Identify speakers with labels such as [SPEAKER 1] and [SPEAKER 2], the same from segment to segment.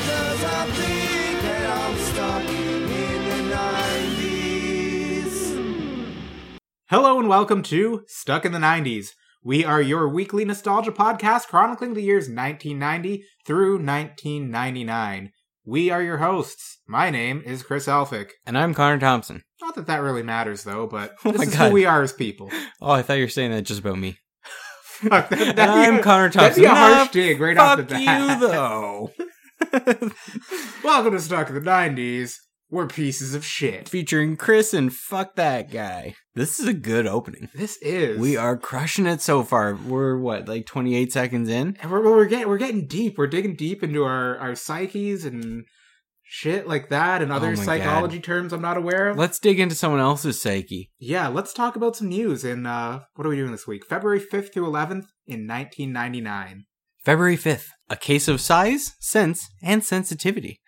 [SPEAKER 1] I think that I'm stuck in the 90s.
[SPEAKER 2] Hello and welcome to Stuck in the 90s. We are your weekly nostalgia podcast chronicling the years 1990 through 1999. We are your hosts. My name is Chris Elphick.
[SPEAKER 3] And I'm Connor Thompson.
[SPEAKER 2] Not that that really matters though, but
[SPEAKER 3] Oh
[SPEAKER 2] this
[SPEAKER 3] my
[SPEAKER 2] is
[SPEAKER 3] God.
[SPEAKER 2] who we are as people.
[SPEAKER 3] Oh, I thought you were saying that just about me.
[SPEAKER 2] Fuck, that-
[SPEAKER 3] And
[SPEAKER 2] that'd be
[SPEAKER 3] I'm
[SPEAKER 2] a-
[SPEAKER 3] Connor
[SPEAKER 2] That'd
[SPEAKER 3] Thompson.
[SPEAKER 2] be a harsh
[SPEAKER 3] Nah,
[SPEAKER 2] dig right off the
[SPEAKER 3] Fuck
[SPEAKER 2] bat.
[SPEAKER 3] you, though.
[SPEAKER 2] Welcome to Stuck in the 90s. We're pieces of shit.
[SPEAKER 3] Featuring Chris and fuck that guy. This is a good opening.
[SPEAKER 2] This is.
[SPEAKER 3] We are crushing it so far. We're what, like 28 seconds in?
[SPEAKER 2] And we're, we're getting we're getting deep. We're digging deep into our our psyches and shit like that, and other
[SPEAKER 3] Oh my
[SPEAKER 2] psychology terms I'm not aware of.
[SPEAKER 3] Let's dig into someone else's psyche.
[SPEAKER 2] yeah, let's talk about some news. In uh, what are we doing this week? February 5th through 11th in 1999.
[SPEAKER 3] February 5th. A case of size, sense, and sensitivity.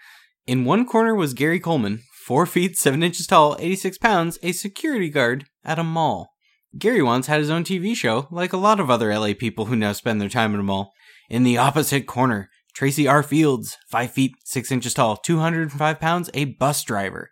[SPEAKER 3] In one corner was Gary Coleman, 4 feet 7 inches tall, 86 pounds, a security guard at a mall. Gary once had his own TV show, like a lot of other LA people who now spend their time in a mall. In the opposite corner, Tracy R. Fields, 5 feet 6 inches tall, 205 pounds, a bus driver.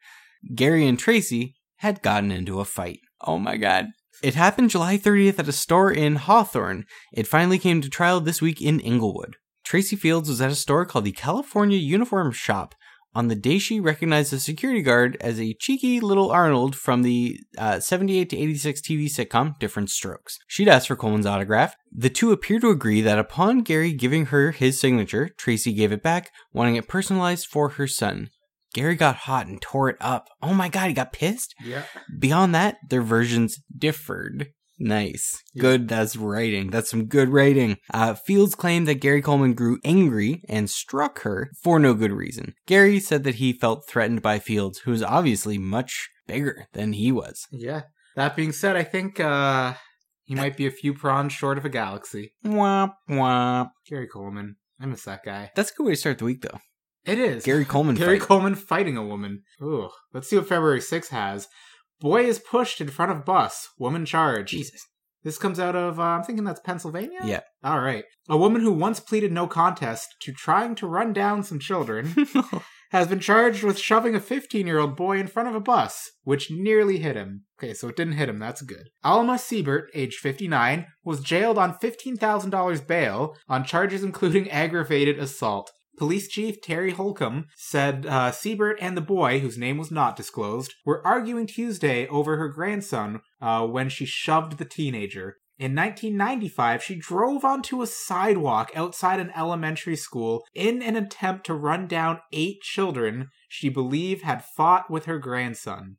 [SPEAKER 3] Gary and Tracy had gotten into a fight. Oh my god. It happened July 30th at a store in Hawthorne, it finally came to trial this week in Inglewood. Tracy Fields was at a store called the California Uniform Shop on the day she recognized the security guard as a cheeky little Arnold from the uh, 78 to 86 TV sitcom Different Strokes. She'd asked for Coleman's autograph. The two appear to agree that upon Gary giving her his signature, Tracy gave it back, wanting it personalized for her son. Gary got hot and tore it up. Oh my god, he got pissed?
[SPEAKER 2] Yeah,
[SPEAKER 3] Beyond that, their versions differed. Nice. Good. That's writing. That's some good writing. Uh, Fields claimed that Gary Coleman grew angry and struck her for no good reason. Gary said that he felt threatened by Fields, who was obviously much bigger than he was.
[SPEAKER 2] yeah. That being said, I think uh, he might be a few prawns short of a galaxy.
[SPEAKER 3] Womp womp.
[SPEAKER 2] Gary Coleman, I miss that guy.
[SPEAKER 3] That's a good way to start the week, though.
[SPEAKER 2] It is
[SPEAKER 3] Gary Coleman.
[SPEAKER 2] Gary
[SPEAKER 3] fight.
[SPEAKER 2] Coleman fighting a woman. Ooh, let's see what February 6th has. Boy is pushed in front of bus. Woman charged.
[SPEAKER 3] Jesus.
[SPEAKER 2] This comes out of, uh, I'm thinking that's Pennsylvania?
[SPEAKER 3] Yeah.
[SPEAKER 2] All right. A woman who once pleaded no contest to trying to run down some children has been charged with shoving a 15 year old boy in front of a bus, which nearly hit him. Okay, so it didn't hit him. That's good. Alma Siebert, aged 59, was jailed on $15,000 bail on charges including aggravated assault. Police Chief Terry Holcomb said uh, Siebert and the boy, whose name was not disclosed, were arguing Tuesday over her grandson uh, when she shoved the teenager. In 1995, she drove onto a sidewalk outside an elementary school in an attempt to run down eight children she believed had fought with her grandson.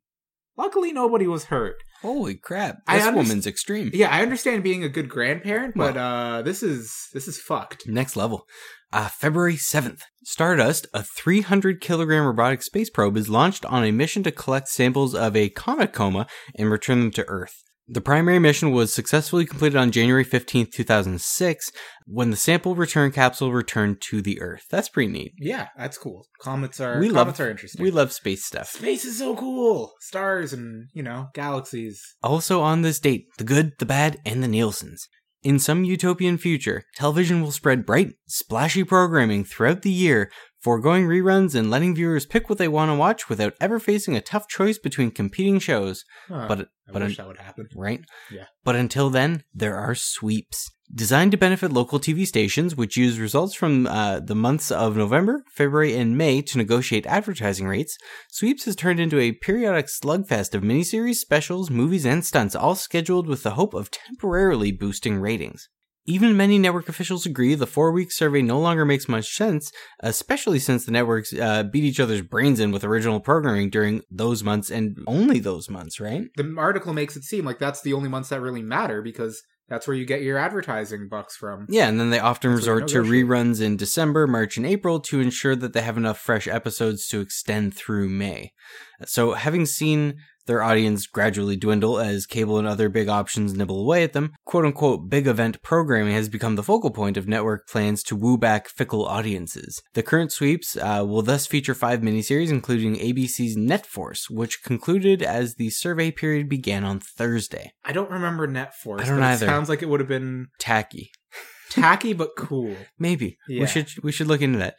[SPEAKER 2] Luckily, nobody was hurt.
[SPEAKER 3] Holy crap.
[SPEAKER 2] I
[SPEAKER 3] This
[SPEAKER 2] underst-
[SPEAKER 3] woman's extreme.
[SPEAKER 2] Yeah, I understand being a good grandparent, but uh, this is this is fucked.
[SPEAKER 3] Next level. Uh, February 7th, Stardust, a 300 kilogram robotic space probe, is launched on a mission to collect samples of a comet coma and return them to Earth. The primary mission was successfully completed on January 15th, 2006, when the sample return capsule returned to the Earth. That's pretty neat.
[SPEAKER 2] Yeah, that's cool. Comets are
[SPEAKER 3] We love-
[SPEAKER 2] comets are interesting.
[SPEAKER 3] We love space stuff.
[SPEAKER 2] Space is so cool. Stars and, you know, galaxies.
[SPEAKER 3] Also on this date, the good, the bad, and the Nielsen's. In some utopian future, television will spread bright, splashy programming throughout the year, foregoing reruns and letting viewers pick what they want to watch without ever facing a tough choice between competing shows.
[SPEAKER 2] Huh,
[SPEAKER 3] But
[SPEAKER 2] I
[SPEAKER 3] but
[SPEAKER 2] wish
[SPEAKER 3] un-
[SPEAKER 2] that would happen.
[SPEAKER 3] right?
[SPEAKER 2] Yeah.
[SPEAKER 3] But until then, there are sweeps. Designed to benefit local TV stations, which use results from uh, the months of November, February, and May to negotiate advertising rates, Sweeps has turned into a periodic slugfest of miniseries, specials, movies, and stunts, all scheduled with the hope of temporarily boosting ratings. Even many network officials agree the four week survey no longer makes much sense, especially since the networks uh, beat each other's brains in with original programming during those months and only those months, right?
[SPEAKER 2] The article makes it seem like that's the only months that really matter because that's where you get your advertising bucks from.
[SPEAKER 3] Yeah, and then they often
[SPEAKER 2] That's what
[SPEAKER 3] resort
[SPEAKER 2] you
[SPEAKER 3] to
[SPEAKER 2] negotiate.
[SPEAKER 3] reruns in December, March, and April to ensure that they have enough fresh episodes to extend through May. So, having seen their audience gradually dwindle as cable and other big options nibble away at them, quote unquote big event programming has become the focal point of network plans to woo back fickle audiences. The current sweeps uh, will thus feature five miniseries, including ABC's NetForce, which concluded as the survey period began on Thursday.
[SPEAKER 2] I don't remember Net Force.
[SPEAKER 3] I don't
[SPEAKER 2] but it
[SPEAKER 3] either.
[SPEAKER 2] sounds like it would have been
[SPEAKER 3] Tacky.
[SPEAKER 2] Tacky but cool.
[SPEAKER 3] Maybe
[SPEAKER 2] Yeah.
[SPEAKER 3] we should we should look into that.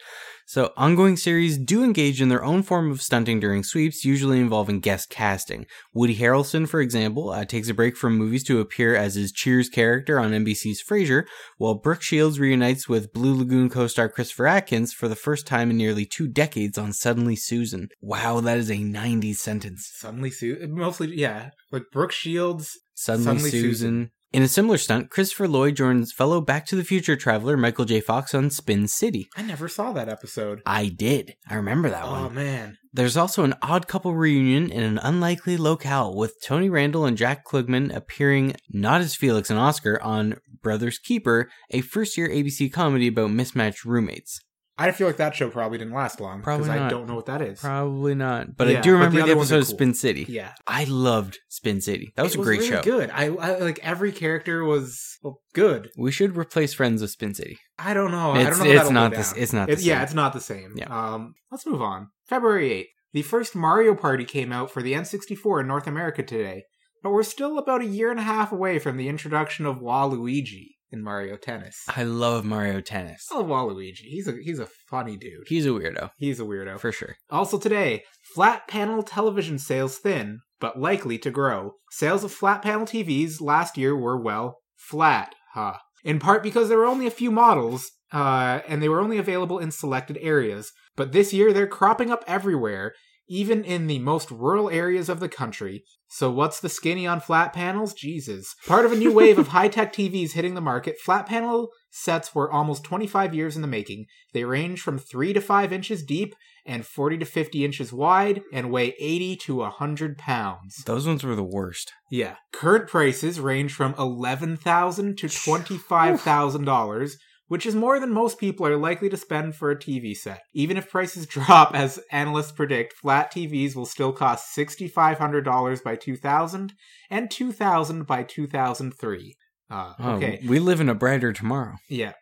[SPEAKER 3] So ongoing series do engage in their own form of stunting during sweeps, usually involving guest casting. Woody Harrelson, for example, uh, takes a break from movies to appear as his Cheers character on NBC's Frasier, while Brooke Shields reunites with Blue Lagoon co-star Christopher Atkins for the first time in nearly two decades on Suddenly Susan. Wow, that is a '90s sentence.
[SPEAKER 2] Suddenly, Sue. Mostly, yeah. Like Brooke Shields.
[SPEAKER 3] Suddenly,
[SPEAKER 2] Suddenly
[SPEAKER 3] Susan.
[SPEAKER 2] Susan.
[SPEAKER 3] In a similar stunt, Christopher Lloyd joins fellow Back to the Future traveler Michael J. Fox on Spin City.
[SPEAKER 2] I never saw that episode.
[SPEAKER 3] I did. I remember that one.
[SPEAKER 2] Oh man,
[SPEAKER 3] Um, There's also an odd couple reunion in an unlikely locale with Tony Randall and Jack Klugman appearing not as Felix and Oscar on Brothers Keeper, a first year ABC comedy about mismatched roommates.
[SPEAKER 2] I feel like that show probably didn't last long because
[SPEAKER 3] Probably
[SPEAKER 2] I
[SPEAKER 3] not.
[SPEAKER 2] don't know what that is.
[SPEAKER 3] Probably not, but
[SPEAKER 2] Yeah,
[SPEAKER 3] I
[SPEAKER 2] but the
[SPEAKER 3] do remember the,
[SPEAKER 2] other ones
[SPEAKER 3] episode
[SPEAKER 2] are
[SPEAKER 3] of
[SPEAKER 2] cool.
[SPEAKER 3] Spin City.
[SPEAKER 2] Yeah,
[SPEAKER 3] I loved Spin City. That was
[SPEAKER 2] It
[SPEAKER 3] a great
[SPEAKER 2] really
[SPEAKER 3] show.
[SPEAKER 2] Good. I, I like every character was well, good.
[SPEAKER 3] We should replace Friends with Spin City.
[SPEAKER 2] I don't know. Oh, I
[SPEAKER 3] It's-
[SPEAKER 2] don't know.
[SPEAKER 3] it's
[SPEAKER 2] If that'll
[SPEAKER 3] not
[SPEAKER 2] go
[SPEAKER 3] the s-
[SPEAKER 2] down.
[SPEAKER 3] it's not the
[SPEAKER 2] It- Yeah,
[SPEAKER 3] same.
[SPEAKER 2] it's not the same.
[SPEAKER 3] Yeah.
[SPEAKER 2] Um, let's move on. February eighth, the first Mario Party came out for the N64 in North America today, but we're still about a year and a half away from the introduction of Waluigi in Mario Tennis. I
[SPEAKER 3] I love Mario Tennis.
[SPEAKER 2] love Waluigi. He's a he's a funny dude.
[SPEAKER 3] He's a weirdo,
[SPEAKER 2] He's a weirdo.
[SPEAKER 3] for sure.
[SPEAKER 2] Also today, flat panel television sales thin, but likely to grow. Sales of flat panel TVs last year were, well, flat, huh? In part because there were only a few models, uh, and they were only available in selected areas. But this year, they're cropping up everywhere, even in the most rural areas of the country. So, what's the skinny on flat panels? Jesus. Part of a new wave of high tech TVs hitting the market, flat panel sets were almost 25 years in the making. They range from 3 to 5 inches deep and 40 to 50 inches wide and weigh 80 to 100 pounds.
[SPEAKER 3] Those ones were the worst.
[SPEAKER 2] Yeah. Current prices range from $11,000 to $25,000, which is more than most people are likely to spend for a TV set. Even if prices drop, as analysts predict, flat TVs will still cost $6,500 by 2000 and $2,000 by 2003. Uh,
[SPEAKER 3] Oh,
[SPEAKER 2] okay.
[SPEAKER 3] We live in a brighter tomorrow.
[SPEAKER 2] Yeah.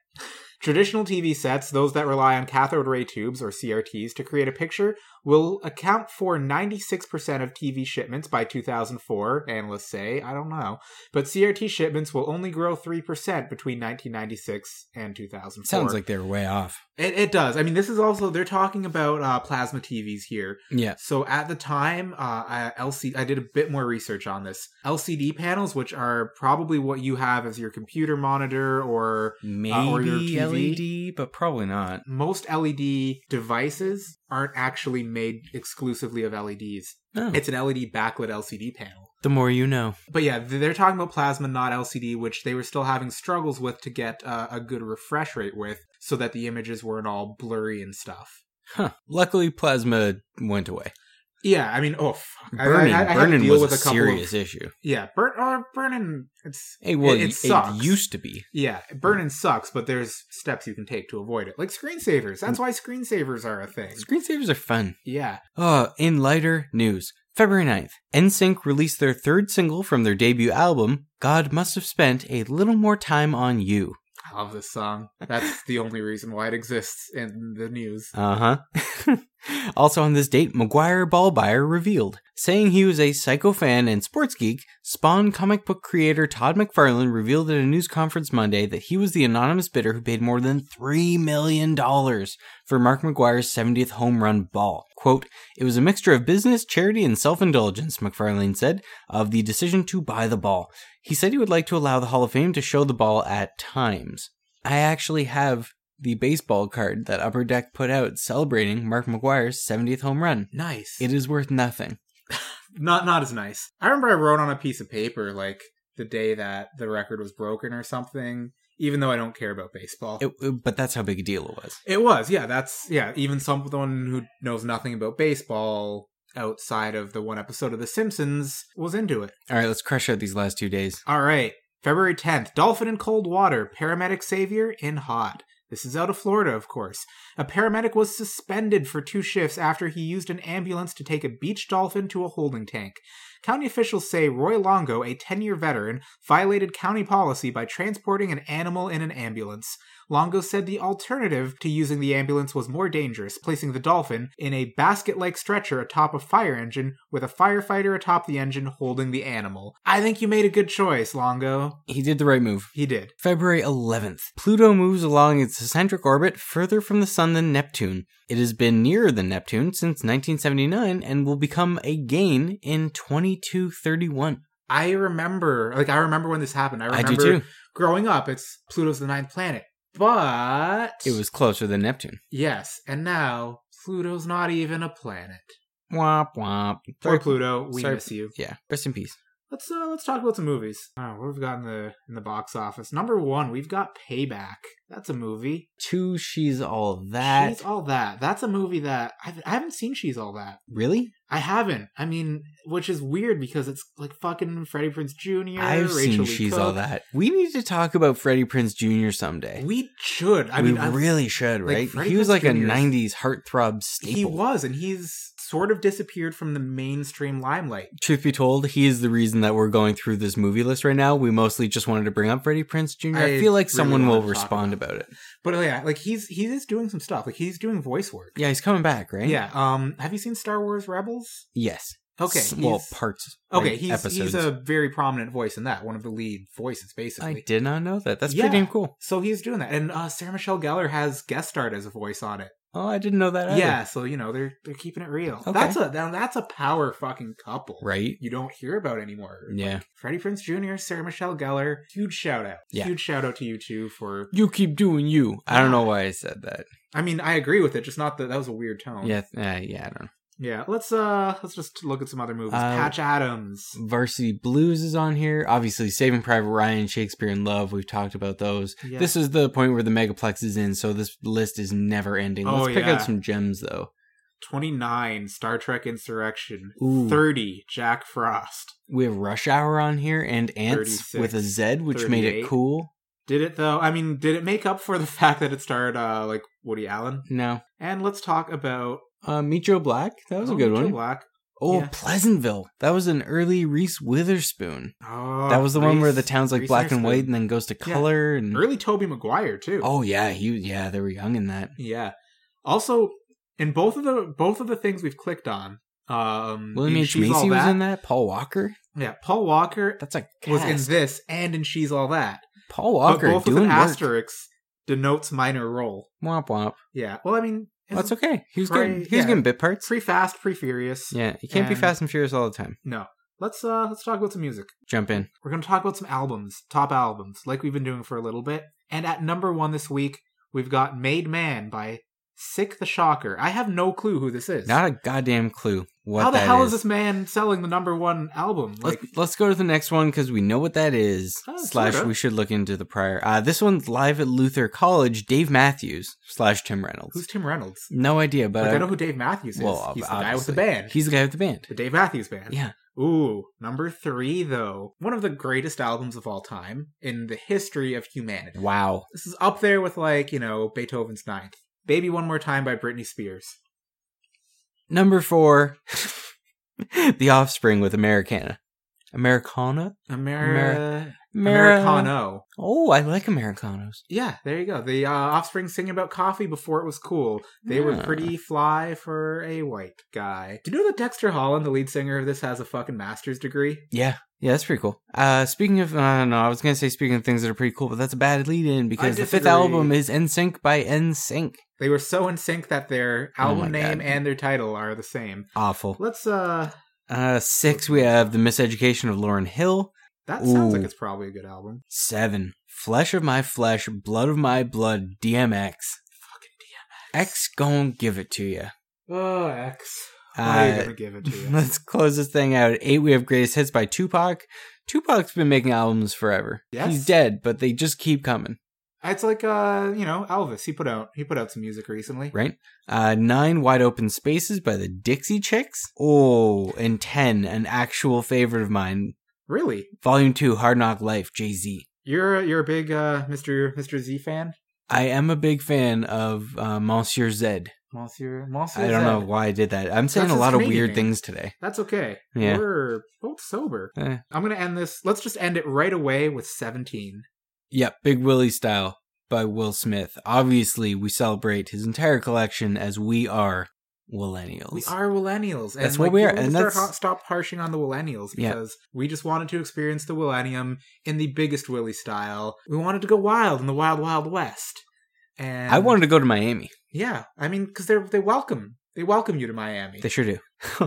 [SPEAKER 2] Traditional TV sets, those that rely on cathode ray tubes or CRTs to create a picture, will account for 96% of TV shipments by 2004, analysts say. I don't know. But CRT shipments will only grow 3% between 1996 and 2004.
[SPEAKER 3] Sounds like they were way off.
[SPEAKER 2] it, it does. I mean, this is also, they're talking about uh, plasma TVs here.
[SPEAKER 3] Yeah.
[SPEAKER 2] So at the time, uh, I, LC, I did a bit more research on this. LCD panels, which are probably what you have as your computer monitor or
[SPEAKER 3] Maybe
[SPEAKER 2] or your TV.
[SPEAKER 3] LED, but probably not.
[SPEAKER 2] most LED devices aren't actually made exclusively of LEDs.
[SPEAKER 3] No.
[SPEAKER 2] It's an LED backlit LCD panel.
[SPEAKER 3] the more you know.
[SPEAKER 2] But yeah, th- they're talking about plasma, not LCD, which they were still having struggles with to get uh, a good refresh rate with, so that the images weren't all blurry and stuff.
[SPEAKER 3] Huh. Luckily, plasma went away.
[SPEAKER 2] Yeah, I mean, oh, fuck. I- I-
[SPEAKER 3] Burning,
[SPEAKER 2] I, I, had to
[SPEAKER 3] burning
[SPEAKER 2] deal
[SPEAKER 3] was
[SPEAKER 2] with
[SPEAKER 3] a,
[SPEAKER 2] couple
[SPEAKER 3] serious
[SPEAKER 2] Of,
[SPEAKER 3] issue.
[SPEAKER 2] yeah, burn or burning. It's
[SPEAKER 3] Hey, well,
[SPEAKER 2] it,
[SPEAKER 3] it,
[SPEAKER 2] it sucks.
[SPEAKER 3] used to be.
[SPEAKER 2] Yeah, burning sucks, but there's steps you can take to avoid it, like screensavers. That's why screensavers are a thing.
[SPEAKER 3] Screensavers are fun.
[SPEAKER 2] Yeah,
[SPEAKER 3] Uh, in lighter news, February 9th, NSYNC released their third single from their debut album, God Must Have Spent a Little More Time on You.
[SPEAKER 2] I love this song. That's the only reason why it exists in the news.
[SPEAKER 3] Uh huh. also on this date, McGuire Ballbuyer revealed, saying he was a psycho fan and sports geek. Spawn comic book creator Todd McFarlane revealed at a news conference Monday that he was the anonymous bidder who paid more than three million dollars for Mark McGuire's 70th home run ball. "Quote: It was a mixture of business, charity, and self-indulgence," McFarlane said of the decision to buy the ball. He said he would like to allow the Hall of Fame to show the ball at times. I actually have the baseball card that Upper Deck put out celebrating Mark McGuire's 70th home run.
[SPEAKER 2] Nice.
[SPEAKER 3] It is worth nothing.
[SPEAKER 2] not not as nice. I remember I wrote on a piece of paper like the day that the record was broken or something. Even though I don't care about baseball,
[SPEAKER 3] It- it- but that's how big a deal it was.
[SPEAKER 2] It was, yeah. That's yeah. Even someone who knows nothing about baseball outside of the one episode of The Simpsons was into it.
[SPEAKER 3] All right, let's crush out these last two days.
[SPEAKER 2] All right, February tenth. Dolphin in cold water. Paramedic savior in hot. This is out of Florida, of course. A paramedic was suspended for two shifts after he used an ambulance to take a beach dolphin to a holding tank. County officials say Roy Longo, a 10 year veteran, violated county policy by transporting an animal in an ambulance. Longo said the alternative to using the ambulance was more dangerous, placing the dolphin in a basket like stretcher atop a fire engine with a firefighter atop the engine holding the animal. I think you made a good choice, Longo.
[SPEAKER 3] He did the right move.
[SPEAKER 2] He did.
[SPEAKER 3] February 11th. Pluto moves along its eccentric orbit further from the Sun than Neptune. It has been nearer than Neptune since 1979 and will become a gain in 2231.
[SPEAKER 2] I remember, like, I remember when this happened. I
[SPEAKER 3] I
[SPEAKER 2] remember
[SPEAKER 3] do too.
[SPEAKER 2] growing up, it's Pluto's the ninth planet. But.
[SPEAKER 3] It was closer than Neptune.
[SPEAKER 2] Yes, and now Pluto's not even a planet.
[SPEAKER 3] Womp womp.
[SPEAKER 2] Sorry, Pluto. We
[SPEAKER 3] sorry.
[SPEAKER 2] miss you.
[SPEAKER 3] Yeah. Rest in peace.
[SPEAKER 2] Let's uh, let's talk about some movies. Oh, what we've got in the in the box office. Number one, we've got Payback. That's a movie.
[SPEAKER 3] Two, she's all that.
[SPEAKER 2] She's all that. That's a movie that I've, I haven't seen. She's all that.
[SPEAKER 3] really?
[SPEAKER 2] I haven't. I mean, which is weird because it's like fucking Freddie Prince Jr.
[SPEAKER 3] I've
[SPEAKER 2] Rachel
[SPEAKER 3] seen
[SPEAKER 2] Lee
[SPEAKER 3] she's
[SPEAKER 2] Cook.
[SPEAKER 3] all that. We need to talk about Freddie Prince Jr. someday.
[SPEAKER 2] We should. I
[SPEAKER 3] we
[SPEAKER 2] mean, I'm-
[SPEAKER 3] really should,
[SPEAKER 2] like,
[SPEAKER 3] right?
[SPEAKER 2] Freddie
[SPEAKER 3] he was
[SPEAKER 2] Prinze
[SPEAKER 3] like a
[SPEAKER 2] Jr. 's-
[SPEAKER 3] 90s heartthrob staple.
[SPEAKER 2] he was, and he's sort of disappeared from the mainstream limelight.
[SPEAKER 3] Truth be told, he is the reason that we're going through this movie list right now. We mostly just wanted to bring up Freddie Prince Jr. I,
[SPEAKER 2] I
[SPEAKER 3] feel like
[SPEAKER 2] really
[SPEAKER 3] someone will
[SPEAKER 2] wanna talk
[SPEAKER 3] respond about, it.
[SPEAKER 2] But uh, yeah, like he's he is doing some stuff. Like he's doing voice work.
[SPEAKER 3] Yeah, he's coming back, right?
[SPEAKER 2] Yeah. Um. Have you seen Star Wars Rebels?
[SPEAKER 3] Yes.
[SPEAKER 2] Okay.
[SPEAKER 3] S- Well,
[SPEAKER 2] he's-
[SPEAKER 3] parts.
[SPEAKER 2] okay.
[SPEAKER 3] right,
[SPEAKER 2] he's he's a very prominent voice in that. One of the lead voices,
[SPEAKER 3] I
[SPEAKER 2] basically.
[SPEAKER 3] did not know that. That's
[SPEAKER 2] Yeah.
[SPEAKER 3] pretty damn cool.
[SPEAKER 2] so he's doing that, and uh, Sarah Michelle Gellar has guest starred as a voice on it.
[SPEAKER 3] Oh, I didn't know that. Either.
[SPEAKER 2] Yeah, so you know they're they're keeping it real.
[SPEAKER 3] Okay.
[SPEAKER 2] That's a now that's a power fucking couple,
[SPEAKER 3] Right.
[SPEAKER 2] You don't hear about anymore.
[SPEAKER 3] Yeah.
[SPEAKER 2] Freddie Prince Jr., Sarah Michelle Gellar, huge shout out,
[SPEAKER 3] Yeah.
[SPEAKER 2] huge shout out to you two for.
[SPEAKER 3] You keep doing you. I don't know why I said that.
[SPEAKER 2] I mean, I agree with it, just not that that was a weird tone.
[SPEAKER 3] Yeah. Uh, yeah. I don't
[SPEAKER 2] yeah. Let's uh, let's just look at some other movies.
[SPEAKER 3] Uh,
[SPEAKER 2] Patch Adams.
[SPEAKER 3] know. Varsity Blues is on here. Obviously, Saving Private Ryan, Shakespeare in Love. We've talked about those.
[SPEAKER 2] Yeah.
[SPEAKER 3] This is the point where the megaplex is in, so this list is never ending.
[SPEAKER 2] Oh,
[SPEAKER 3] Let's pick
[SPEAKER 2] yeah.
[SPEAKER 3] out some gems though.
[SPEAKER 2] 29 Star Trek Insurrection,
[SPEAKER 3] Ooh.
[SPEAKER 2] 30 Jack Frost.
[SPEAKER 3] We have Rush Hour on here and Ants
[SPEAKER 2] 36,
[SPEAKER 3] with a Z, which made it
[SPEAKER 2] 38.
[SPEAKER 3] cool.
[SPEAKER 2] Did it though? I mean, did it make up for the fact that it starred uh like Woody Allen?
[SPEAKER 3] No,
[SPEAKER 2] And let's talk about
[SPEAKER 3] uh, Meet Joe Black. That was a good
[SPEAKER 2] Joe
[SPEAKER 3] one.
[SPEAKER 2] Black.
[SPEAKER 3] Oh,
[SPEAKER 2] Yeah.
[SPEAKER 3] Pleasantville. That was an early Reese Witherspoon.
[SPEAKER 2] Oh,
[SPEAKER 3] that was the one where the
[SPEAKER 2] Reese-
[SPEAKER 3] town's like
[SPEAKER 2] Reese
[SPEAKER 3] black and white
[SPEAKER 2] Witherspoon.
[SPEAKER 3] and then goes to
[SPEAKER 2] Yeah.
[SPEAKER 3] color and
[SPEAKER 2] Early Toby Maguire too.
[SPEAKER 3] oh yeah, he yeah they were young in that.
[SPEAKER 2] Yeah. Also, in both of the both of the things we've clicked on, um,
[SPEAKER 3] William
[SPEAKER 2] in
[SPEAKER 3] H
[SPEAKER 2] She's
[SPEAKER 3] Macy
[SPEAKER 2] All
[SPEAKER 3] was
[SPEAKER 2] That-
[SPEAKER 3] in that. Paul Walker.
[SPEAKER 2] Yeah, Paul Walker
[SPEAKER 3] That's a
[SPEAKER 2] was in
[SPEAKER 3] cast.
[SPEAKER 2] this and in She's All That.
[SPEAKER 3] Paul
[SPEAKER 2] but
[SPEAKER 3] Walker
[SPEAKER 2] both with
[SPEAKER 3] doing
[SPEAKER 2] an
[SPEAKER 3] work.
[SPEAKER 2] asterisk denotes minor role.
[SPEAKER 3] Womp womp.
[SPEAKER 2] Yeah. Well, I mean, it's
[SPEAKER 3] That's okay. He was
[SPEAKER 2] Pre-
[SPEAKER 3] getting he was
[SPEAKER 2] yeah.
[SPEAKER 3] getting bit parts.
[SPEAKER 2] Free fast, free furious.
[SPEAKER 3] Yeah, you can't be
[SPEAKER 2] And-
[SPEAKER 3] fast and furious all the time.
[SPEAKER 2] No. Let's uh let's talk about some music.
[SPEAKER 3] Jump in.
[SPEAKER 2] We're gonna talk about some albums, top albums, like we've been doing for a little bit. And at number one this week, we've got Made Man by Sick the Shocker. I have no clue who this is.
[SPEAKER 3] Not a goddamn clue what
[SPEAKER 2] How the
[SPEAKER 3] that
[SPEAKER 2] hell is. this man selling the number one album? Like
[SPEAKER 3] Let's, let's go to the next one because we know what that is.
[SPEAKER 2] Oh,
[SPEAKER 3] slash,
[SPEAKER 2] sorta.
[SPEAKER 3] we should look into the prior. Uh, this one's live at Luther College. Dave Matthews slash Tim Reynolds.
[SPEAKER 2] who's Tim Reynolds?
[SPEAKER 3] no idea, but
[SPEAKER 2] like I know who Dave Matthews is.
[SPEAKER 3] well,
[SPEAKER 2] He's the guy with the
[SPEAKER 3] obviously.
[SPEAKER 2] band.
[SPEAKER 3] He's the guy with the band.
[SPEAKER 2] the Dave Matthews band.
[SPEAKER 3] Yeah.
[SPEAKER 2] Ooh, number three though. One of the greatest albums of all time in the history of humanity.
[SPEAKER 3] Wow.
[SPEAKER 2] This is up there with like, you know, Beethoven's Ninth. Baby One More Time by Britney Spears.
[SPEAKER 3] Number four, The Offspring with Americana. Americana?
[SPEAKER 2] Ameri-
[SPEAKER 3] Ameri-
[SPEAKER 2] Americano.
[SPEAKER 3] Oh, I like Americanos.
[SPEAKER 2] Yeah, there you go. The uh, offspring singing about coffee before it was cool. They were
[SPEAKER 3] Yeah.
[SPEAKER 2] pretty fly for a white guy. Do you know that Dexter Holland, the lead singer of this, has a fucking master's degree?
[SPEAKER 3] Yeah. Yeah, that's pretty cool. Uh, speaking of, uh, no, I was gonna say speaking of things that are pretty cool, but that's a bad lead-in because the fifth
[SPEAKER 2] disagree.
[SPEAKER 3] album is NSYNC by NSYNC.
[SPEAKER 2] They were so in sync that their
[SPEAKER 3] Oh
[SPEAKER 2] album
[SPEAKER 3] my
[SPEAKER 2] name
[SPEAKER 3] God.
[SPEAKER 2] and their title are the same.
[SPEAKER 3] Awful.
[SPEAKER 2] Let's uh
[SPEAKER 3] Uh, six, we have The Miseducation of Lauren Hill.
[SPEAKER 2] that sounds like
[SPEAKER 3] Ooh.
[SPEAKER 2] it's probably a good album.
[SPEAKER 3] Seven, Flesh of My Flesh, Blood of My Blood, DMX. X gon' give it to you.
[SPEAKER 2] Oh, X. Why are you
[SPEAKER 3] Uh,
[SPEAKER 2] gonna give it to you?
[SPEAKER 3] let's close this thing out. Eight, we have Greatest Hits by Tupac. Tupac's been making albums forever.
[SPEAKER 2] Yes.
[SPEAKER 3] He's dead, but they just keep coming,
[SPEAKER 2] it's like uh, you know, Elvis. He put out he put out some music recently.
[SPEAKER 3] right? Uh, nine, Wide Open Spaces by the Dixie Chicks. Oh, and ten, an actual favorite of mine.
[SPEAKER 2] Really?
[SPEAKER 3] Volume two, Hard Knock Life, Jay Z.
[SPEAKER 2] You're you're a big uh Mr. Mr. Z fan?
[SPEAKER 3] I am a big fan of uh, Monsieur Zed.
[SPEAKER 2] Monsieur, Monsieur.
[SPEAKER 3] I don't know
[SPEAKER 2] Zed.
[SPEAKER 3] why I did that. I'm saying
[SPEAKER 2] That's
[SPEAKER 3] a lot
[SPEAKER 2] his
[SPEAKER 3] of
[SPEAKER 2] maiden
[SPEAKER 3] weird
[SPEAKER 2] name.
[SPEAKER 3] things today.
[SPEAKER 2] That's okay.
[SPEAKER 3] Yeah.
[SPEAKER 2] We're both sober.
[SPEAKER 3] Eh.
[SPEAKER 2] I'm gonna end this. Let's just end it right away with 17.
[SPEAKER 3] Yep, Big Willie Style by Will Smith. Obviously, we celebrate his entire collection as we are millennials.
[SPEAKER 2] We are millennials. And
[SPEAKER 3] That's
[SPEAKER 2] like,
[SPEAKER 3] what we are,
[SPEAKER 2] people
[SPEAKER 3] and
[SPEAKER 2] need to
[SPEAKER 3] that's-
[SPEAKER 2] start- stop harshing on the millennials
[SPEAKER 3] Yeah.
[SPEAKER 2] because we just wanted to experience the millennium in the biggest Willy style. We wanted to go wild in the wild, wild west. And
[SPEAKER 3] I wanted to go to Miami.
[SPEAKER 2] yeah. I mean, because they they welcome they welcome you to Miami.
[SPEAKER 3] They sure do.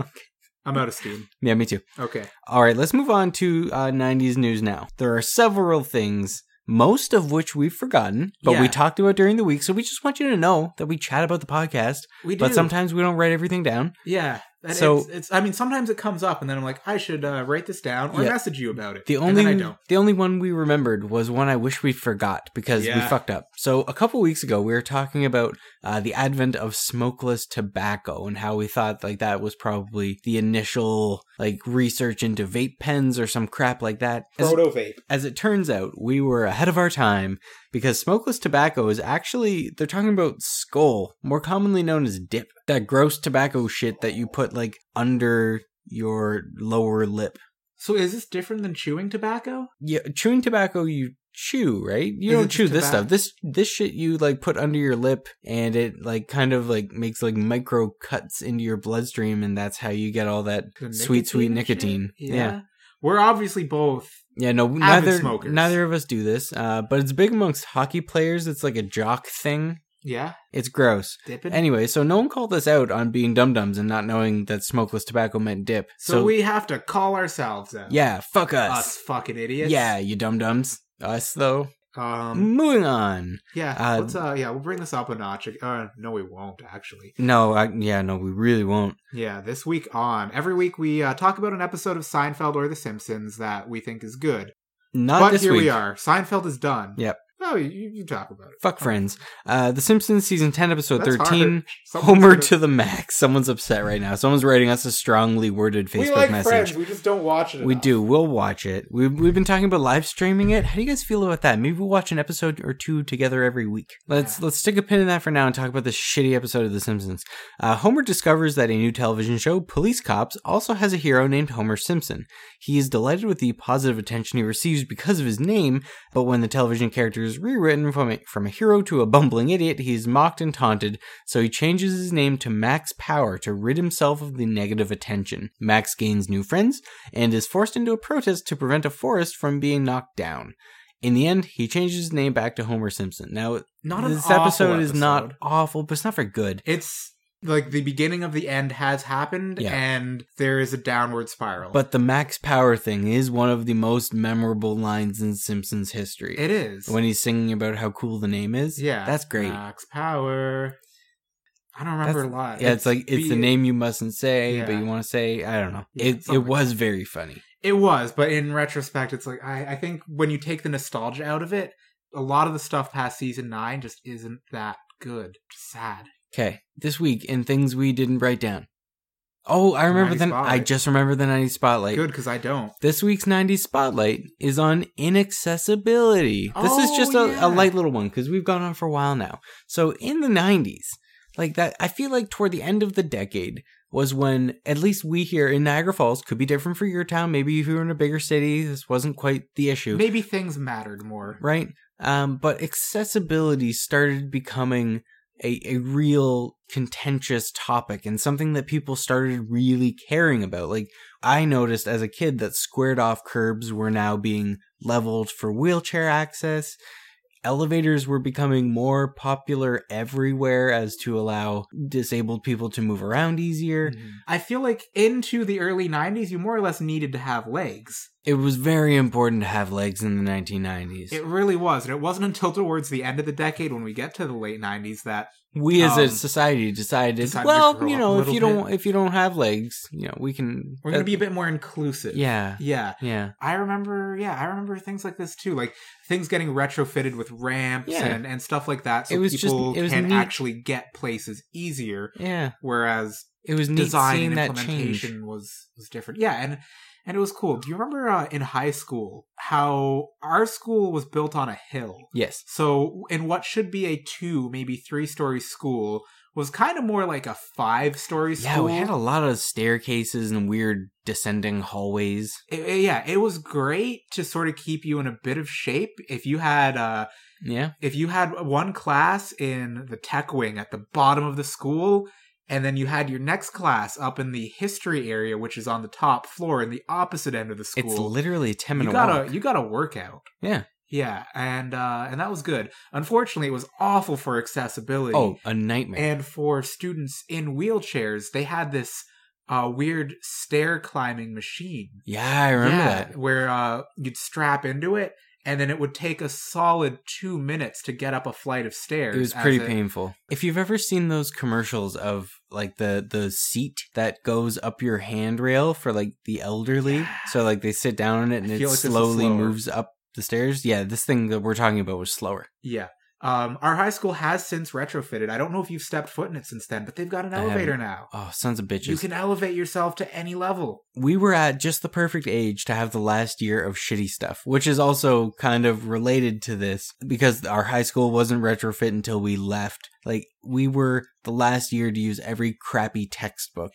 [SPEAKER 2] I'm out of steam.
[SPEAKER 3] yeah, me too.
[SPEAKER 2] Okay.
[SPEAKER 3] All right, let's move on to uh, 90s news now. There are several things, most of which we've forgotten, but we
[SPEAKER 2] Yeah.
[SPEAKER 3] talked about during the week. So we just want you to know that we chat about the podcast,
[SPEAKER 2] We do.
[SPEAKER 3] but sometimes we don't write everything down.
[SPEAKER 2] yeah. That-
[SPEAKER 3] So-
[SPEAKER 2] it's, it's. I mean, sometimes it comes up, and then I'm like, I should uh, write this down or
[SPEAKER 3] Yeah.
[SPEAKER 2] message you about it.
[SPEAKER 3] The
[SPEAKER 2] And then
[SPEAKER 3] only
[SPEAKER 2] I don't.
[SPEAKER 3] the only one we remembered was one I wish we forgot because we
[SPEAKER 2] Yeah.
[SPEAKER 3] fucked up. So a couple weeks ago, we were talking about uh, the advent of smokeless tobacco and how we thought like that was probably the initial like research into vape pens or some crap like that. As-
[SPEAKER 2] Proto vape.
[SPEAKER 3] as it turns out, we were ahead of our time because smokeless tobacco is actually, they're talking about skull, more commonly known as dip. That gross tobacco shit that you put like under your lower lip.
[SPEAKER 2] So is this different than chewing tobacco?
[SPEAKER 3] Yeah, chewing tobacco you chew, right? You
[SPEAKER 2] Is it
[SPEAKER 3] don't
[SPEAKER 2] just
[SPEAKER 3] chew this
[SPEAKER 2] tobacco?
[SPEAKER 3] stuff. This this shit you like put under your lip and it like kind of like makes like micro cuts into your bloodstream and that's how you get all that
[SPEAKER 2] The
[SPEAKER 3] sweet sweet
[SPEAKER 2] and shit?
[SPEAKER 3] nicotine. yeah.
[SPEAKER 2] We're obviously both.
[SPEAKER 3] Yeah, no, neither
[SPEAKER 2] smokers.
[SPEAKER 3] neither of us do this. Uh, but it's big amongst hockey players. It's like a jock thing.
[SPEAKER 2] Yeah.
[SPEAKER 3] It's gross.
[SPEAKER 2] Dipping.
[SPEAKER 3] Anyway, so no one called us out on being dum dums and not knowing that smokeless tobacco meant dip.
[SPEAKER 2] so, we have to call ourselves out.
[SPEAKER 3] yeah, fuck
[SPEAKER 2] Us,
[SPEAKER 3] us.
[SPEAKER 2] fucking idiots.
[SPEAKER 3] Yeah, you dum dums. Us though.
[SPEAKER 2] Um.
[SPEAKER 3] Moving on.
[SPEAKER 2] Yeah.
[SPEAKER 3] uh,
[SPEAKER 2] let's. Uh. Yeah. We'll bring this up a notch. Uh. No, we won't actually.
[SPEAKER 3] No, I, yeah, no, we really won't.
[SPEAKER 2] Yeah. This week on, every week we uh, talk about an episode of Seinfeld or The Simpsons that we think is good.
[SPEAKER 3] Not
[SPEAKER 2] but
[SPEAKER 3] this
[SPEAKER 2] here
[SPEAKER 3] week.
[SPEAKER 2] we are. Seinfeld is done.
[SPEAKER 3] Yep.
[SPEAKER 2] Oh, you, you talk about it.
[SPEAKER 3] Fuck friends. Uh, the Simpsons season ten, episode
[SPEAKER 2] That's
[SPEAKER 3] thirteen.
[SPEAKER 2] hard. Someone's
[SPEAKER 3] Homer
[SPEAKER 2] gonna-
[SPEAKER 3] to the max. Someone's upset right now. Someone's writing us a strongly worded Facebook
[SPEAKER 2] we like
[SPEAKER 3] message.
[SPEAKER 2] friends. We just don't watch it.
[SPEAKER 3] We
[SPEAKER 2] enough.
[SPEAKER 3] do. We'll watch it. We've, we've been talking about live streaming it. How do you guys feel about that? Maybe we'll watch an episode or two together every week. Let's let's stick a pin in that for now and talk about this shitty episode of The Simpsons. Uh, Homer discovers that a new television show, Police Cops, also has a hero named Homer Simpson. He is delighted with the positive attention he receives because of his name, but when the television character is rewritten from a, from a hero to a bumbling idiot, he is mocked and taunted, so he changes his name to Max Power to rid himself of the negative attention. Max gains new friends and is forced into a protest to prevent a forest from being knocked down. In the end, he changes his name back to Homer Simpson. Now,
[SPEAKER 2] Not an
[SPEAKER 3] this
[SPEAKER 2] awful
[SPEAKER 3] episode, is not
[SPEAKER 2] episode.
[SPEAKER 3] awful, but it's not very good.
[SPEAKER 2] It's like the beginning of the end has happened,
[SPEAKER 3] Yeah.
[SPEAKER 2] and there is a downward spiral.
[SPEAKER 3] But the Max Power thing is one of the most memorable lines in Simpsons history.
[SPEAKER 2] it is
[SPEAKER 3] when he's singing about how cool the name is.
[SPEAKER 2] Yeah,
[SPEAKER 3] that's great.
[SPEAKER 2] Max Power. I don't remember
[SPEAKER 3] That's-
[SPEAKER 2] a lot.
[SPEAKER 3] yeah, it's, like it's the
[SPEAKER 2] be-
[SPEAKER 3] name you mustn't say, but
[SPEAKER 2] Yeah.
[SPEAKER 3] you want to say. I don't know.
[SPEAKER 2] Yeah,
[SPEAKER 3] it it
[SPEAKER 2] something like
[SPEAKER 3] was very funny.
[SPEAKER 2] It was, but in retrospect, it's like I, I think when you take the nostalgia out of it, a lot of the stuff past season nine just isn't that good. Sad.
[SPEAKER 3] Okay, this week in things we didn't write down. Oh, I remember
[SPEAKER 2] 90s
[SPEAKER 3] the. I
[SPEAKER 2] Spotlight.
[SPEAKER 3] just remember the 90 spotlight.
[SPEAKER 2] Good because I don't.
[SPEAKER 3] This week's 90s spotlight is on inaccessibility. This is
[SPEAKER 2] Oh,
[SPEAKER 3] just a,
[SPEAKER 2] yeah.
[SPEAKER 3] a light little one because we've gone on for a while now. So in the 90s, like that, I feel like toward the end of the decade was when at least we here in Niagara Falls could be different for your town. Maybe if you were in a bigger city, this wasn't quite the issue,
[SPEAKER 2] Maybe things mattered more.
[SPEAKER 3] right? Um, but accessibility started becoming a, a real contentious topic and something that people started really caring about. Like, I noticed as a kid that squared off curbs were now being leveled for wheelchair access. Elevators were becoming more popular everywhere as to allow disabled people to move around easier.
[SPEAKER 2] Mm-hmm. I feel like into the early '90s, you more or less needed to have legs.
[SPEAKER 3] It was very important to have legs in the 1990s.
[SPEAKER 2] It really was, and it wasn't until towards the end of the decade, when we get to the late '90s, that
[SPEAKER 3] we as a
[SPEAKER 2] um,
[SPEAKER 3] society decided,
[SPEAKER 2] decided to
[SPEAKER 3] well,
[SPEAKER 2] grow
[SPEAKER 3] you
[SPEAKER 2] up
[SPEAKER 3] know,
[SPEAKER 2] a
[SPEAKER 3] if you
[SPEAKER 2] little
[SPEAKER 3] don't if you don't have legs, you know, we can
[SPEAKER 2] we're going to be a
[SPEAKER 3] that-
[SPEAKER 2] bit more inclusive.
[SPEAKER 3] Yeah.
[SPEAKER 2] Yeah.
[SPEAKER 3] Yeah.
[SPEAKER 2] I remember, yeah, I remember things like this too, like things getting retrofitted with ramps
[SPEAKER 3] Yeah.
[SPEAKER 2] and, and stuff like that, so
[SPEAKER 3] It was just-
[SPEAKER 2] people
[SPEAKER 3] it was
[SPEAKER 2] can
[SPEAKER 3] neat.
[SPEAKER 2] actually get places easier.
[SPEAKER 3] Yeah.
[SPEAKER 2] Whereas
[SPEAKER 3] It was neat
[SPEAKER 2] design
[SPEAKER 3] seeing
[SPEAKER 2] and
[SPEAKER 3] that change.
[SPEAKER 2] implementation was was different. Yeah, and and it was cool. Do you remember uh, in high school how our school was built on a hill?
[SPEAKER 3] Yes.
[SPEAKER 2] So, in what should be a two, maybe three story school, was kind of more like a five story school.
[SPEAKER 3] Yeah, we had a lot of staircases and weird descending hallways.
[SPEAKER 2] It- it- yeah, it was great to sort of keep you in a bit of shape. If you had uh,
[SPEAKER 3] Yeah.
[SPEAKER 2] if you had one class in the tech wing at the bottom of the school, and then you had your next class up in the history area, which is on the top floor in the opposite end of the school.
[SPEAKER 3] It's literally a
[SPEAKER 2] you
[SPEAKER 3] 10 minute
[SPEAKER 2] got
[SPEAKER 3] walk.
[SPEAKER 2] a you got a workout.
[SPEAKER 3] Yeah.
[SPEAKER 2] Yeah, and uh, and that was good. Unfortunately, it was awful for accessibility.
[SPEAKER 3] Oh, a nightmare.
[SPEAKER 2] And for students in wheelchairs, they had this uh, weird stair climbing machine.
[SPEAKER 3] yeah, I remember
[SPEAKER 2] Yeah,
[SPEAKER 3] that.
[SPEAKER 2] Where uh, you'd strap into it, and then it would take a solid two minutes to get up a flight of stairs.
[SPEAKER 3] It was
[SPEAKER 2] as
[SPEAKER 3] pretty painful. If you've ever seen those commercials of like the the seat that goes up your handrail for like the elderly,
[SPEAKER 2] Yeah.
[SPEAKER 3] so like they sit down on it and
[SPEAKER 2] I
[SPEAKER 3] it
[SPEAKER 2] feel like this is
[SPEAKER 3] slowly
[SPEAKER 2] slower.
[SPEAKER 3] moves up the stairs. Yeah, this thing that we're talking about was slower.
[SPEAKER 2] Yeah. Um, our high school has since retrofitted. I don't know if you've stepped foot in it since then, but they've got an
[SPEAKER 3] I
[SPEAKER 2] elevator now.
[SPEAKER 3] Oh, sons of bitches!
[SPEAKER 2] You can elevate yourself to any level.
[SPEAKER 3] we were at just the perfect age to have the last year of shitty stuff, which is also kind of related to this because our high school wasn't retrofit until we left. Like we were the last year to use every crappy textbook.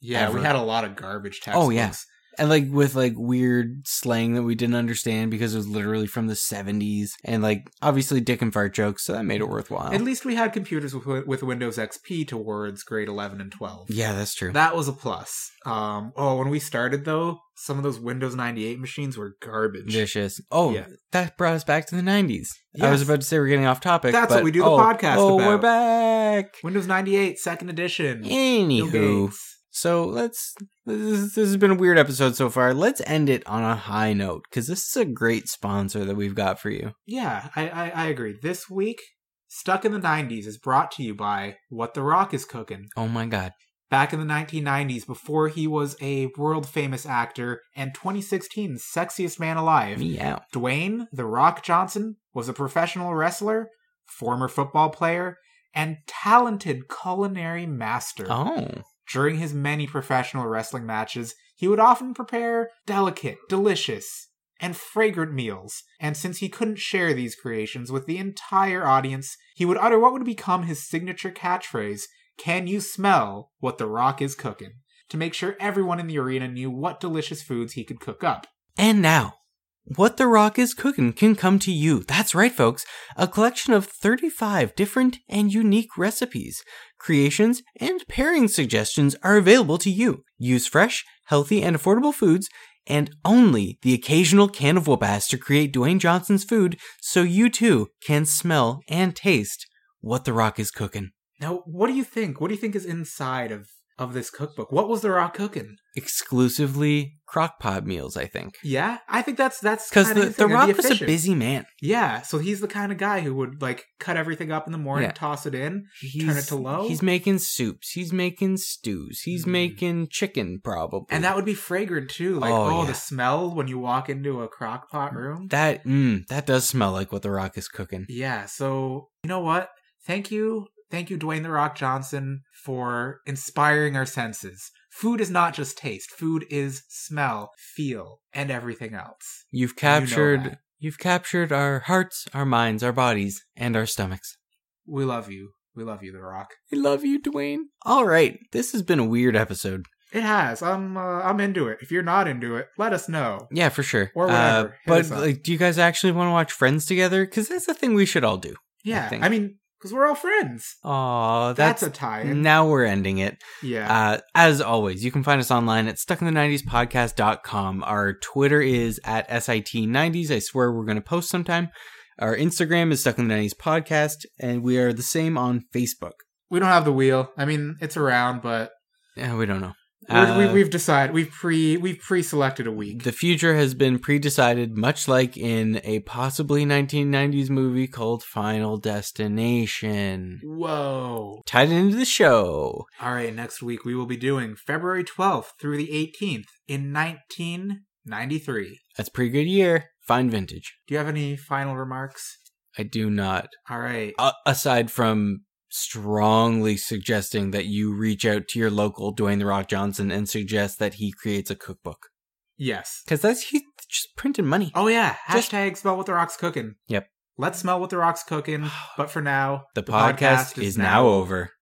[SPEAKER 2] Yeah, we
[SPEAKER 3] Ever.
[SPEAKER 2] had a lot of garbage textbooks.
[SPEAKER 3] Oh, yeah. And like with like weird slang that we didn't understand because it was literally from the 70s and like obviously dick and fart jokes, so that made it worthwhile.
[SPEAKER 2] At least we had computers with, with Windows XP towards grade 11 and 12.
[SPEAKER 3] yeah, that's true.
[SPEAKER 2] That was a plus. Um, oh, when we started though, some of those Windows 98 machines were garbage.
[SPEAKER 3] Vicious. Oh,
[SPEAKER 2] Yeah.
[SPEAKER 3] that brought us back to the 90s. I
[SPEAKER 2] Yes.
[SPEAKER 3] was about to say we're getting off topic.
[SPEAKER 2] That's what
[SPEAKER 3] but-
[SPEAKER 2] we do the
[SPEAKER 3] oh,
[SPEAKER 2] podcast
[SPEAKER 3] oh,
[SPEAKER 2] about.
[SPEAKER 3] we're back.
[SPEAKER 2] Windows 98, second edition. Bill
[SPEAKER 3] Anywho,
[SPEAKER 2] Gates.
[SPEAKER 3] so let's. This, this has been a weird episode so far. Let's end it on a high note because this is a great sponsor that we've got for you.
[SPEAKER 2] Yeah, I, I, I agree. This week, Stuck in the 90s is brought to you by What the Rock is Cooking.
[SPEAKER 3] Oh my god!
[SPEAKER 2] Back in the 1990s, before he was a world famous actor and 2016's Sexiest Man Alive,
[SPEAKER 3] Meow.
[SPEAKER 2] Dwayne The Rock Johnson was a professional wrestler, former football player, and talented culinary master.
[SPEAKER 3] Oh,
[SPEAKER 2] During his many professional wrestling matches, he would often prepare delicate, delicious, and fragrant meals. And since he couldn't share these creations with the entire audience, he would utter what would become his signature catchphrase Can you smell what The Rock is cooking? to make sure everyone in the arena knew what delicious foods he could cook up.
[SPEAKER 3] And now, What the Rock is Cooking can come to you. That's right, folks. A collection of 35 different and unique recipes, creations, and pairing suggestions are available to you. Use fresh, healthy, and affordable foods and only the occasional can of whoop ass to create Dwayne Johnson's food so you too can smell and taste what the rock is cooking.
[SPEAKER 2] Now, what do you think? What do you think is inside of, of this cookbook? What was The Rock cooking?
[SPEAKER 3] Exclusively crockpot meals, I think.
[SPEAKER 2] Yeah, I think that's that's
[SPEAKER 3] Because
[SPEAKER 2] kinda
[SPEAKER 3] the,
[SPEAKER 2] his
[SPEAKER 3] the
[SPEAKER 2] thing, to be
[SPEAKER 3] rock was a
[SPEAKER 2] efficient.
[SPEAKER 3] busy man.
[SPEAKER 2] Yeah, so he's the kind of guy who would like cut everything up in the morning,
[SPEAKER 3] Yeah.
[SPEAKER 2] toss it in.
[SPEAKER 3] He's,
[SPEAKER 2] Turn it to low?
[SPEAKER 3] He's making soups. He's making stews. He's
[SPEAKER 2] Mm.
[SPEAKER 3] making chicken, probably.
[SPEAKER 2] And that would be fragrant too. Like,
[SPEAKER 3] Oh,
[SPEAKER 2] oh,
[SPEAKER 3] yeah.
[SPEAKER 2] the smell when you walk into a crock pot room.
[SPEAKER 3] that mm, that does smell like what the Rock is cooking.
[SPEAKER 2] yeah, so you know what? Thank you. Thank you, Dwayne The Rock Johnson, for inspiring our senses. Food is not just taste, food is smell, feel, and everything else.
[SPEAKER 3] You've captured.
[SPEAKER 2] that.
[SPEAKER 3] You've captured our hearts, our minds, our bodies, and our stomachs.
[SPEAKER 2] We love you. We love you, The Rock.
[SPEAKER 3] I love you, Dwayne. All right, this has been a weird episode.
[SPEAKER 2] It has. I'm uh, I'm into it. If you're not into it, let us know.
[SPEAKER 3] Yeah, for sure. Uh,
[SPEAKER 2] Or whatever. Hit
[SPEAKER 3] but
[SPEAKER 2] us up.
[SPEAKER 3] like, do you guys actually want to watch Friends together? Because that's the thing we should all do.
[SPEAKER 2] Yeah.
[SPEAKER 3] think-
[SPEAKER 2] I, mean, because we're all friends.
[SPEAKER 3] Oh,
[SPEAKER 2] That's, a
[SPEAKER 3] that's,
[SPEAKER 2] tie in.
[SPEAKER 3] now we're ending it.
[SPEAKER 2] yeah.
[SPEAKER 3] Uh, as always, you can find us online at stuckinthe90spodcast.com. Our Twitter is at SIT90s. I swear we're going to post sometime. Our Instagram is Stuck in the 90s Podcast, and we are the same on Facebook.
[SPEAKER 2] we don't have the wheel. I mean, it's around, but
[SPEAKER 3] Yeah, we don't know.
[SPEAKER 2] we're
[SPEAKER 3] Uh,
[SPEAKER 2] we, we've decided we've pre we've pre-selected a week.
[SPEAKER 3] the future has been pre decided, much like in a possibly 1990s movie called Final Destination.
[SPEAKER 2] Whoa!
[SPEAKER 3] Tied into the show.
[SPEAKER 2] All right, next week we will be doing February twelfth through the eighteenth in nineteen ninety-three.
[SPEAKER 3] That's a pretty good year. Fine vintage.
[SPEAKER 2] Do you have any final remarks?
[SPEAKER 3] I do not
[SPEAKER 2] All right.
[SPEAKER 3] uh, aside from strongly suggesting that you reach out to your local Dwayne the Rock Johnson and suggest that he creates a cookbook.
[SPEAKER 2] Yes.
[SPEAKER 3] Because that's he just printed money.
[SPEAKER 2] Oh yeah.
[SPEAKER 3] Just-
[SPEAKER 2] Hashtag smell what the rock's cooking.
[SPEAKER 3] Yep.
[SPEAKER 2] Let's smell what the rock's cooking. But for now,
[SPEAKER 3] the, podcast, is now over.